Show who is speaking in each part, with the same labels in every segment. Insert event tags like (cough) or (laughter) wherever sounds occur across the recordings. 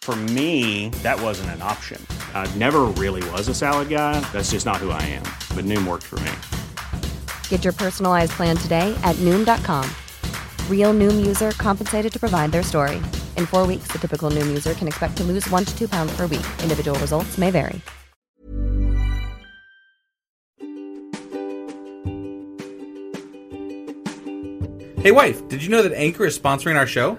Speaker 1: For me, that wasn't an option. I never really was a salad guy. That's just not who I am. But Noom worked for me.
Speaker 2: Get your personalized plan today at Noom.com. Real Noom user compensated to provide their story. In four weeks, the typical Noom user can expect to lose one to two pounds per week. Individual results may vary.
Speaker 3: Hey, wife, did you know that Anchor is sponsoring our show?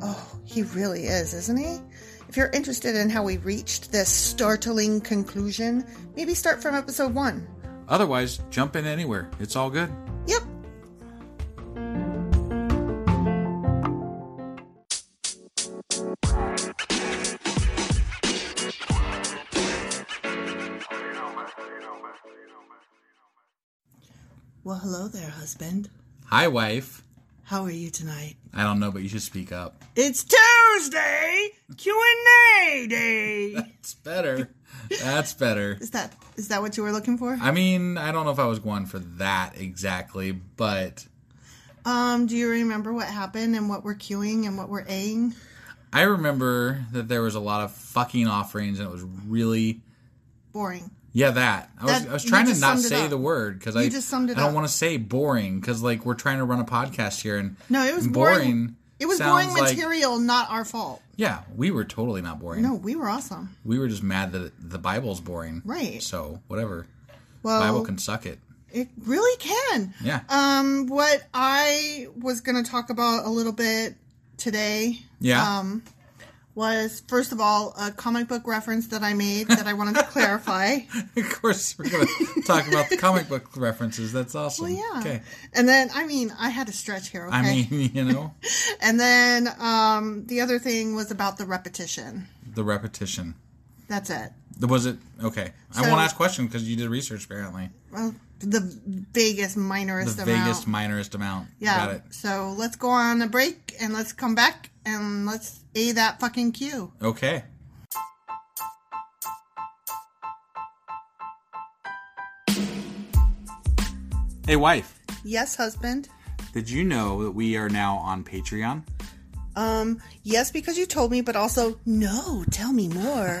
Speaker 4: Oh, he really is, isn't he? If you're interested in how we reached this startling conclusion, maybe start from episode one.
Speaker 5: Otherwise, jump in anywhere. It's all good.
Speaker 4: Yep.
Speaker 6: Well, hello there, husband.
Speaker 5: Hi, wife.
Speaker 6: How are you tonight?
Speaker 5: I don't know, but you should speak up.
Speaker 6: It's Tuesday, Q&A day.
Speaker 5: That's better. That's
Speaker 4: (laughs)
Speaker 5: better.
Speaker 4: Is that is that what you were looking for?
Speaker 5: I mean, I don't know if I was going for that exactly, but
Speaker 4: Um, do you remember what happened and what we're queuing and what we're aing?
Speaker 5: I remember that there was a lot of fucking offerings and it was really
Speaker 4: Boring.
Speaker 5: yeah that. I was
Speaker 4: That-
Speaker 5: I was
Speaker 4: you
Speaker 5: trying to
Speaker 4: just
Speaker 5: not
Speaker 4: summed it
Speaker 5: say
Speaker 4: up.
Speaker 5: the word cuz
Speaker 4: You
Speaker 5: I
Speaker 4: just summed it
Speaker 5: I don't
Speaker 4: up.
Speaker 5: want to say boring cuz like we're trying to run a podcast here and
Speaker 4: No, it was
Speaker 5: and
Speaker 4: boring. It was boring
Speaker 5: sounds like-
Speaker 4: material, not our fault.
Speaker 5: yeah, we were totally not boring.
Speaker 4: No, we were awesome.
Speaker 5: We were just mad that the Bible's boring.
Speaker 4: Right.
Speaker 5: So, whatever.
Speaker 4: Well,
Speaker 5: Bible can suck it.
Speaker 4: It really can.
Speaker 5: Yeah.
Speaker 4: Um, what I was going to talk about a little bit today
Speaker 5: yeah.
Speaker 4: um, was, first of all, a comic book reference that I made that I wanted
Speaker 5: (laughs)
Speaker 4: to clarify.
Speaker 5: (laughs) of course, we're going to talk about the comic book references.
Speaker 4: (laughs)
Speaker 5: That's awesome.
Speaker 4: Yeah.
Speaker 5: Okay.
Speaker 4: And then, I mean, I had a stretch here, okay?
Speaker 5: I mean, (laughs) you know,
Speaker 4: and then um, the other thing was about the repetition.
Speaker 5: the repetition.
Speaker 4: That's it.
Speaker 5: The- Was it okay? I
Speaker 4: So-
Speaker 5: won't ask question because you did research apparently.
Speaker 4: Well, the biggest,
Speaker 5: The
Speaker 4: minorest amount.
Speaker 5: vaguest, minorest amount.
Speaker 4: Yeah.
Speaker 5: Got it.
Speaker 4: So let's go on a break and let's come back and let's A that fucking Q.
Speaker 5: Okay.
Speaker 7: Hey, wife,
Speaker 4: Yes, husband.
Speaker 7: did you know that we are now on Patreon? (laughs)
Speaker 4: Um, yes, because you told me, but also, no, tell
Speaker 5: (laughs)
Speaker 4: me more.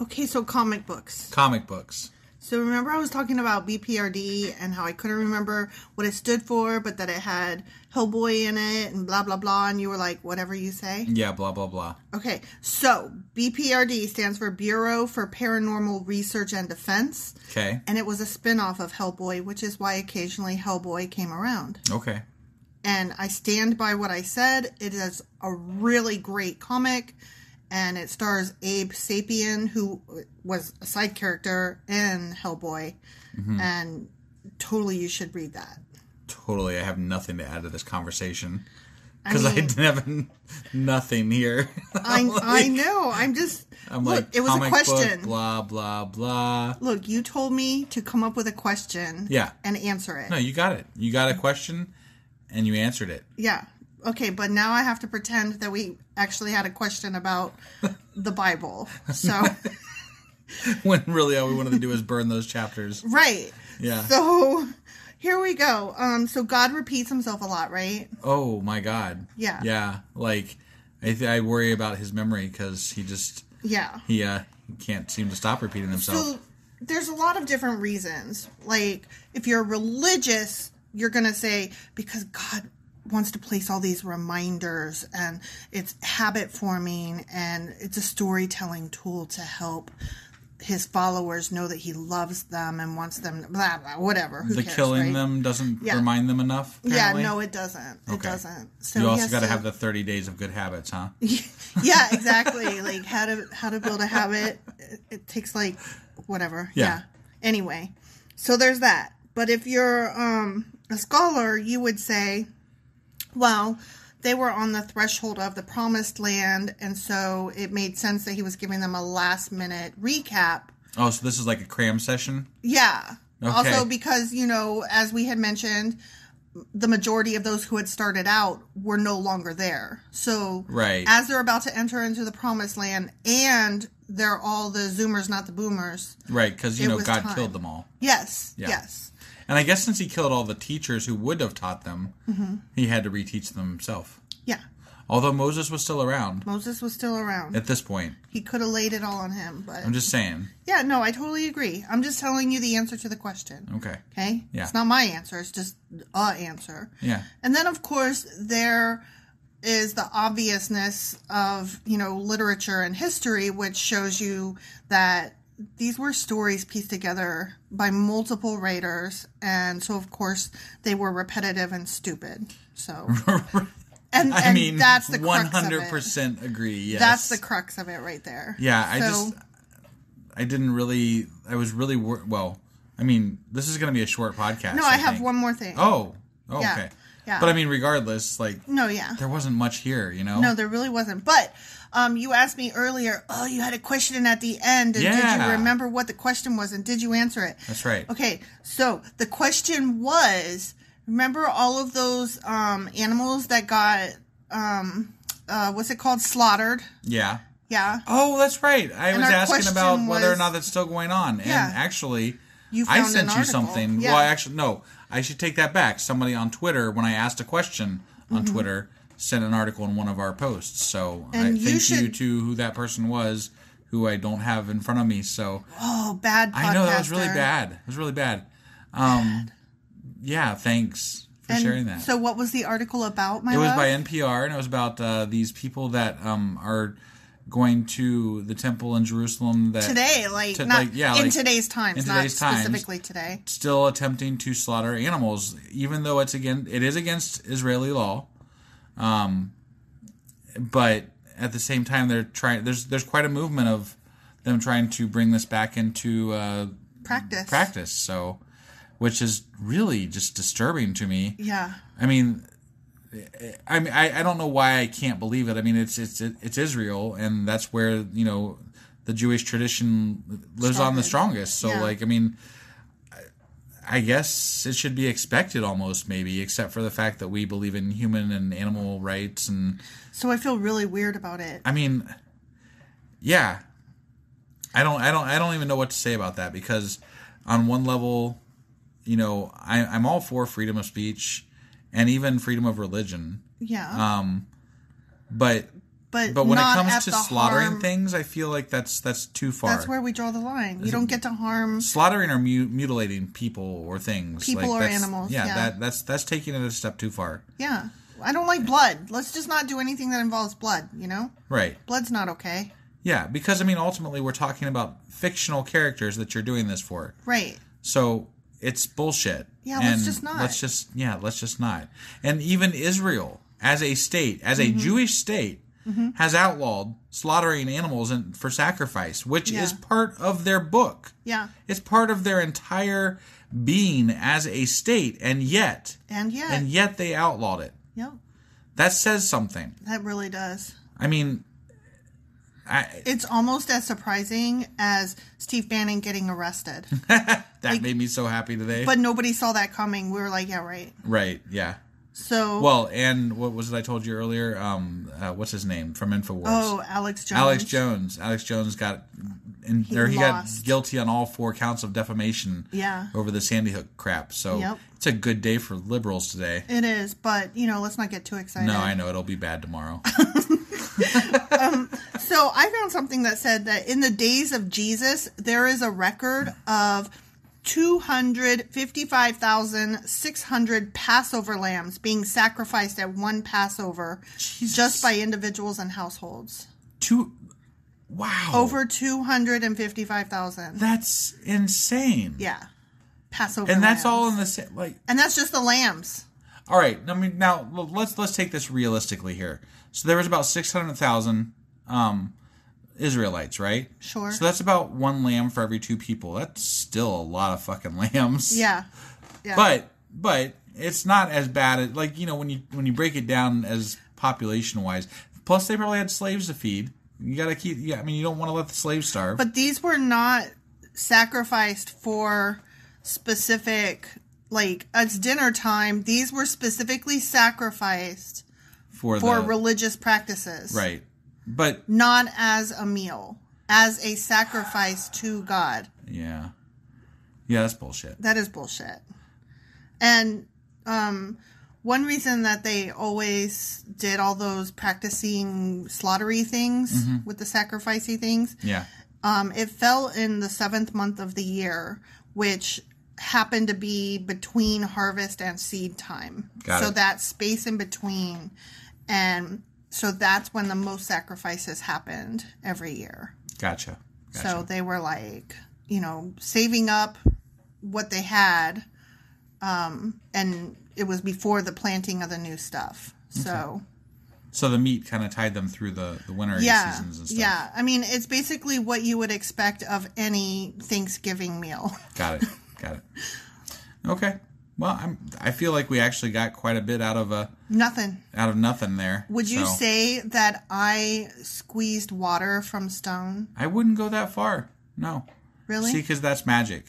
Speaker 4: Okay, so comic books.
Speaker 5: Comic books.
Speaker 4: So remember I was talking about BPRD and how I couldn't remember what it stood for, but that it had Hellboy in it and blah blah blah and you were like whatever you say.
Speaker 5: Yeah. Blah blah blah.
Speaker 4: Okay. So, BPRD stands for Bureau for Paranormal Research and Defense
Speaker 5: Okay. (laughs)
Speaker 4: and it was a spin-off of Hellboy, which is why occasionally Hellboy came around.
Speaker 5: Okay.
Speaker 4: and I stand by what I said. It is a really great comic, and it stars Abe Sapien, who was a side character in Hellboy,
Speaker 5: Mm-hmm.
Speaker 4: and totally you should read that.
Speaker 5: Totally. I have nothing to add to this conversation
Speaker 4: I
Speaker 5: because I,
Speaker 4: mean,
Speaker 5: didn't have nothing here. (laughs)
Speaker 4: I, I know. I'm just
Speaker 5: I'm
Speaker 4: look.
Speaker 5: like,
Speaker 4: it was a
Speaker 5: comic book,
Speaker 4: question.
Speaker 5: blah blah blah.
Speaker 4: Look, you told me to come up with a question.
Speaker 5: Yeah.
Speaker 4: and answer it.
Speaker 5: No, you got it. You got a question, and you answered it. (laughs)
Speaker 4: yeah. Okay, but now I have to pretend that we actually had a question about the Bible. So,
Speaker 5: When really all we wanted to do is burn those chapters.
Speaker 4: right.
Speaker 5: Yeah.
Speaker 4: So here we go. Um, so God repeats himself a lot, right?
Speaker 5: oh my god.
Speaker 4: Yeah.
Speaker 5: Yeah. Like, I th- I worry about his memory because he just
Speaker 4: Yeah.
Speaker 5: he uh he can't seem to stop repeating himself.
Speaker 4: So there's a lot of different reasons. Like if you're religious, you're gonna say because God wants to place all these reminders and it's habit forming and it's a storytelling tool to help his followers know that he loves them and wants them blah blah whatever. Who
Speaker 5: the
Speaker 4: cares,
Speaker 5: killing
Speaker 4: right?
Speaker 5: them doesn't
Speaker 4: Yeah.
Speaker 5: remind them enough. Apparently.
Speaker 4: Yeah, no, it doesn't. It
Speaker 5: Okay.
Speaker 4: doesn't. So
Speaker 5: You
Speaker 4: he
Speaker 5: also
Speaker 4: has
Speaker 5: got to
Speaker 4: to
Speaker 5: have the thirty days of good habits, huh?
Speaker 4: (laughs) yeah exactly like how to how to build a habit it, it takes like whatever yeah.
Speaker 5: Yeah.
Speaker 4: anyway so there's that but if you're um a scholar you would say well they were on the threshold of the promised land and so it made sense that he was giving them a last minute recap
Speaker 5: Oh, so this is like a cram session.
Speaker 4: yeah
Speaker 5: Okay.
Speaker 4: also because you know as we had mentioned the majority of those who had started out were no longer there. So
Speaker 5: Right.
Speaker 4: as they're about to enter into the promised land and they're all the zoomers not the boomers.
Speaker 5: Right, because you
Speaker 4: It
Speaker 5: know
Speaker 4: was
Speaker 5: God
Speaker 4: time.
Speaker 5: killed them all,
Speaker 4: Yes.
Speaker 5: Yeah.
Speaker 4: Yes.
Speaker 5: and I guess since he killed all the teachers who would have taught them,
Speaker 4: Mm-hmm.
Speaker 5: he had to reteach them himself.
Speaker 4: Yeah.
Speaker 5: Although Moses was still around
Speaker 4: Moses was still around.
Speaker 5: at this point,
Speaker 4: he could have laid it all on him, but
Speaker 5: I'm just saying.
Speaker 4: Yeah, no, I totally agree. I'm just telling you the answer to the question.
Speaker 5: Okay,
Speaker 4: Okay?
Speaker 5: Oh. Yeah.
Speaker 4: It's not my answer, it's just a answer.
Speaker 5: yeah, (laughs)
Speaker 4: And then, of course, there is the obviousness of, you know, literature and history, which shows you that these were stories pieced together by multiple writers. And so, of course, they were repetitive and stupid.
Speaker 5: (laughs)
Speaker 4: So, and,
Speaker 5: I
Speaker 4: and
Speaker 5: mean
Speaker 4: that's the
Speaker 5: one
Speaker 4: crux
Speaker 5: hundred
Speaker 4: of it.
Speaker 5: percent agree. Yes,
Speaker 4: That's the crux of it right there.
Speaker 5: yeah. I
Speaker 4: So-
Speaker 5: just I didn't really. I was really wor- well. I mean, this is going to be a short podcast.
Speaker 4: No, I have
Speaker 5: think.
Speaker 4: one more thing.
Speaker 5: Oh, oh
Speaker 4: Yeah,
Speaker 5: okay.
Speaker 4: yeah.
Speaker 5: But I mean, regardless, like
Speaker 4: No, yeah.
Speaker 5: there wasn't much here, you know.
Speaker 4: No, there really wasn't. But um, you asked me earlier, oh, you had a question at the end. And did
Speaker 5: Yeah.
Speaker 4: you remember what the question was? And did you answer it?
Speaker 5: That's right.
Speaker 4: Okay. So the question was remember all of those um, animals that got, um, uh, what's it called? Slaughtered.
Speaker 5: Yeah.
Speaker 4: Yeah.
Speaker 5: Oh, that's right. I
Speaker 4: And
Speaker 5: was
Speaker 4: our
Speaker 5: asking
Speaker 4: question
Speaker 5: about whether or
Speaker 4: was-
Speaker 5: not that's still going on.
Speaker 4: Yeah.
Speaker 5: And actually,
Speaker 4: You
Speaker 5: I
Speaker 4: found an
Speaker 5: sent you
Speaker 4: article.
Speaker 5: something.
Speaker 4: Yeah.
Speaker 5: Well, I actually no. I should take that back. Somebody on Twitter, when I asked a question on
Speaker 4: Mm-hmm.
Speaker 5: Twitter, sent an article in one of our posts. So I
Speaker 4: And you
Speaker 5: thank you,
Speaker 4: should-
Speaker 5: to who that person was, who I don't have in front of me. So
Speaker 4: Oh, bad podcaster.
Speaker 5: I know that was really bad. It was really bad. Um, yeah. Thanks for
Speaker 4: And
Speaker 5: sharing that.
Speaker 4: So uh, what was the article about, my
Speaker 5: It was
Speaker 4: love?
Speaker 5: by NPR, and it was about uh, these people that um, are going to the temple in Jerusalem that
Speaker 4: today, like,
Speaker 5: to-
Speaker 4: not,
Speaker 5: like, yeah,
Speaker 4: in
Speaker 5: like,
Speaker 4: today's times,
Speaker 5: in today's
Speaker 4: not
Speaker 5: times.
Speaker 4: specifically today.
Speaker 5: still attempting to slaughter animals, even though it's again it is against Israeli law. Um, but at the same time, they're trying. There's there's quite a movement of them trying to bring this back into uh,
Speaker 4: Practice.
Speaker 5: practice. So, which is really just disturbing to me.
Speaker 4: Yeah.
Speaker 5: I mean, I mean, I, I don't know why I can't believe it. I mean, it's it's it's Israel, and that's where you know the Jewish tradition lives on the strongest. So,
Speaker 4: Yeah.
Speaker 5: like, I mean, I- I guess it should be expected almost, maybe, except for the fact that we believe in human and animal rights, and
Speaker 4: So I feel really weird about it.
Speaker 5: I mean, yeah, I don't, I don't, I don't even know what to say about that because, on one level, you know, I, I'm all for freedom of speech and even freedom of religion.
Speaker 4: Yeah.
Speaker 5: but
Speaker 4: but
Speaker 5: Um, but when it
Speaker 4: not
Speaker 5: comes
Speaker 4: at
Speaker 5: to
Speaker 4: the
Speaker 5: slaughtering
Speaker 4: harm-
Speaker 5: things, I feel like that's that's too far.
Speaker 4: that's where we draw the line. You don't get to harm.
Speaker 5: slaughtering or mu- mutilating people or things, like,
Speaker 4: People or
Speaker 5: that's-
Speaker 4: animals,
Speaker 5: Yeah,
Speaker 4: yeah.
Speaker 5: that that's that's taking it a step too far.
Speaker 4: Yeah. I don't like blood. Let's just not do anything that involves blood, you know?
Speaker 5: Right.
Speaker 4: Blood's not okay.
Speaker 5: Yeah, because I mean, ultimately, we're talking about fictional characters that you're doing this for,
Speaker 4: Right.
Speaker 5: so it's bullshit.
Speaker 4: Yeah, let's
Speaker 5: And
Speaker 4: just not.
Speaker 5: Let's just yeah, let's just not. And even Israel, as a state, as
Speaker 4: Mm-hmm.
Speaker 5: a Jewish state. Has outlawed slaughtering animals and for sacrifice, which
Speaker 4: Yeah.
Speaker 5: is part of their book.
Speaker 4: Yeah.
Speaker 5: It's part of their entire being as a state, and yet,
Speaker 4: And yeah.
Speaker 5: and yet they outlawed it.
Speaker 4: yep.
Speaker 5: That says something.
Speaker 4: That really does.
Speaker 5: I mean, I,
Speaker 4: It's almost as surprising as Steve Bannon getting
Speaker 5: (laughs)
Speaker 4: arrested.
Speaker 5: that made me so happy today.
Speaker 4: but nobody saw that coming. We were like, yeah, right.
Speaker 5: right? Yeah.
Speaker 4: So,
Speaker 5: Well, and what was it I told you earlier? Um, uh, what's his name from Infowars?
Speaker 4: oh, Alex Jones.
Speaker 5: Alex Jones. Alex Jones got, in, or he
Speaker 4: lost.
Speaker 5: got guilty on all four counts of defamation.
Speaker 4: Yeah.
Speaker 5: Over the Sandy Hook crap. So
Speaker 4: Yep.
Speaker 5: it's a good day for liberals today.
Speaker 4: It is, but, you know, let's not get too excited.
Speaker 5: No, I know it'll be bad
Speaker 4: (laughs)
Speaker 5: tomorrow.
Speaker 4: So I found something that said that in the days of Jesus, there is a record of 255,600 Passover lambs being sacrificed at one Passover just by individuals and households.
Speaker 5: Two. Wow.
Speaker 4: Over 255,000.
Speaker 5: That's insane.
Speaker 4: Yeah. Passover.
Speaker 5: And that's
Speaker 4: lambs.
Speaker 5: all in the same. Like,
Speaker 4: And that's just the lambs.
Speaker 5: all right. I mean, now l- let's let's take this realistically here. So there was about six hundred thousand um, Israelites, right?
Speaker 4: Sure.
Speaker 5: So that's about one lamb for every two people. That's still a lot of fucking lambs.
Speaker 4: Yeah. Yeah.
Speaker 5: But but it's not as bad as like you know when you when you break it down as population wise. Plus, they probably had slaves to feed. You gotta keep. Yeah, I mean, you don't want to let the slaves starve.
Speaker 4: But these were not sacrificed for specific, like, it's dinner time. These were specifically sacrificed
Speaker 5: for
Speaker 4: for
Speaker 5: the
Speaker 4: religious practices,
Speaker 5: right. But
Speaker 4: not as a meal, as a sacrifice to God.
Speaker 5: yeah, yeah, that's bullshit.
Speaker 4: That is bullshit. And um, one reason that they always did all those practicing slaughtery things with the sacrificey things
Speaker 5: Yeah.
Speaker 4: Um, it fell in the seventh month of the year, which happened to be between harvest and seed time.
Speaker 5: Got
Speaker 4: so
Speaker 5: it.
Speaker 4: that space in between. And so that's when the most sacrifices happened every year.
Speaker 5: Gotcha. Gotcha.
Speaker 4: So they were like, you know, saving up what they had. Um, and it was before the planting of the new stuff. So,
Speaker 5: So the meat kind of tied them through the the winter
Speaker 4: yeah.
Speaker 5: seasons and stuff.
Speaker 4: Yeah. I mean, it's basically what you would expect of any Thanksgiving meal.
Speaker 5: Got it. Got it. Okay. Well, I'm. I feel like we actually got quite a bit out of a
Speaker 4: Nothing.
Speaker 5: out of nothing there.
Speaker 4: Would you
Speaker 5: so-
Speaker 4: say that I squeezed water from stone?
Speaker 5: I wouldn't go that far. No.
Speaker 4: Really?
Speaker 5: See, because that's magic,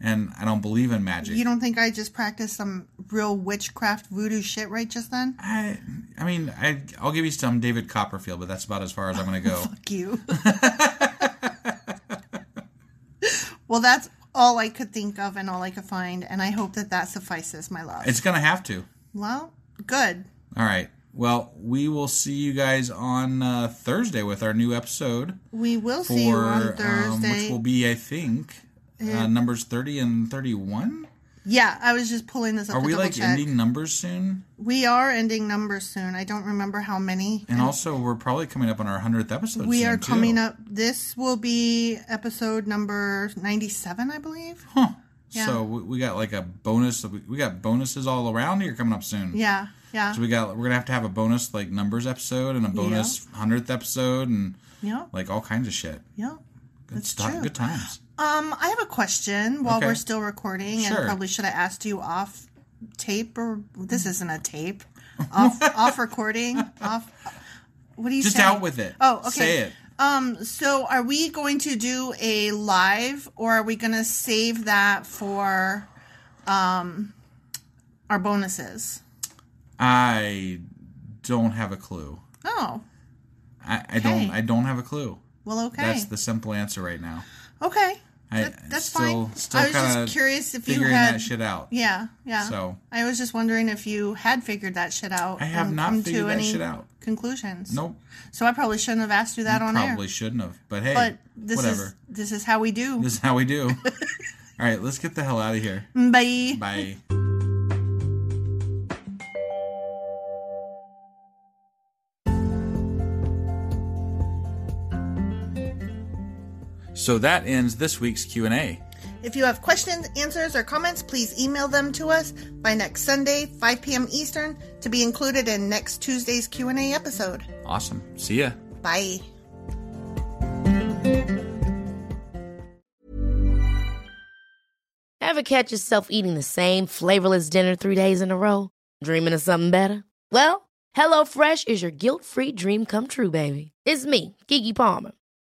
Speaker 5: and I don't believe in magic.
Speaker 4: You don't think I just practiced some real witchcraft voodoo shit right just then?
Speaker 5: I, I mean, I, I'll give you some David Copperfield, but that's about as far as I'm going
Speaker 4: (laughs)
Speaker 5: to go.
Speaker 4: Fuck you. well, that's all I could think of and all I could find, and I hope that that suffices, my love.
Speaker 5: it's going to have to.
Speaker 4: well, good.
Speaker 5: All right. Well, we will see you guys on uh, Thursday with our new episode
Speaker 4: We will
Speaker 5: for
Speaker 4: see you on
Speaker 5: um,
Speaker 4: Thursday.
Speaker 5: which will be, I think, uh, numbers thirty and thirty-one.
Speaker 4: yeah, I was just pulling this up.
Speaker 5: Are
Speaker 4: to
Speaker 5: we
Speaker 4: double
Speaker 5: like
Speaker 4: check.
Speaker 5: ending numbers soon?
Speaker 4: We are ending numbers soon. I don't remember how many.
Speaker 5: And also, we're probably coming up on our hundredth episode.
Speaker 4: We
Speaker 5: soon,
Speaker 4: are
Speaker 5: too.
Speaker 4: coming up. This will be episode number 97, I believe.
Speaker 5: Huh.
Speaker 4: Yeah.
Speaker 5: So we, we got like a bonus. We we got bonuses all around here coming up soon.
Speaker 4: Yeah, yeah.
Speaker 5: So we got we're gonna have to have a bonus like numbers episode and a bonus hundredth episode and
Speaker 4: yeah,
Speaker 5: like all kinds of shit.
Speaker 4: yeah.
Speaker 5: Good
Speaker 4: That's
Speaker 5: stuff.
Speaker 4: true.
Speaker 5: Good times.
Speaker 4: Um, I have a question while
Speaker 5: Okay.
Speaker 4: we're still recording,
Speaker 5: Sure.
Speaker 4: and probably should have asked you off tape or this isn't a tape.
Speaker 5: (laughs)
Speaker 4: Off, off recording. Off. What do you
Speaker 5: Just
Speaker 4: say?
Speaker 5: out with it.
Speaker 4: Oh, okay.
Speaker 5: Say it.
Speaker 4: Um, so are we going to do a live or are we going to save that for um our bonuses?
Speaker 5: I don't have a clue.
Speaker 4: Oh,
Speaker 5: I, I don't.
Speaker 4: Okay.
Speaker 5: I don't have a clue.
Speaker 4: well, okay.
Speaker 5: That's the simple answer right now.
Speaker 4: okay.
Speaker 5: I,
Speaker 4: That- that's
Speaker 5: still,
Speaker 4: fine.
Speaker 5: Still
Speaker 4: I was
Speaker 5: kinda
Speaker 4: just curious if you
Speaker 5: figuring
Speaker 4: had
Speaker 5: that shit out.
Speaker 4: Yeah, yeah.
Speaker 5: So-
Speaker 4: I was just wondering if you had figured that shit out.
Speaker 5: I have
Speaker 4: and
Speaker 5: not
Speaker 4: come to
Speaker 5: figured that
Speaker 4: any
Speaker 5: shit out.
Speaker 4: Conclusions.
Speaker 5: Nope.
Speaker 4: So I probably shouldn't have asked you that on
Speaker 5: Probably
Speaker 4: air.
Speaker 5: shouldn't have. But hey,
Speaker 4: But this
Speaker 5: whatever. (laughs)
Speaker 4: is this is how we do.
Speaker 5: This is how we
Speaker 4: (laughs)
Speaker 5: do. all right, let's get the hell out of here.
Speaker 4: Bye.
Speaker 5: Bye. So that ends this week's Q&A.
Speaker 4: If you have questions, answers, or comments, please email them to us by next Sunday, 5 p.m. Eastern, to be included in next Tuesday's Q&A episode.
Speaker 5: Awesome. See ya.
Speaker 4: Bye.
Speaker 8: Ever catch yourself eating the same flavorless dinner three days in a row? Dreaming of something better? Well, HelloFresh is your guilt free dream come true, baby. It's me, Gigi Palmer.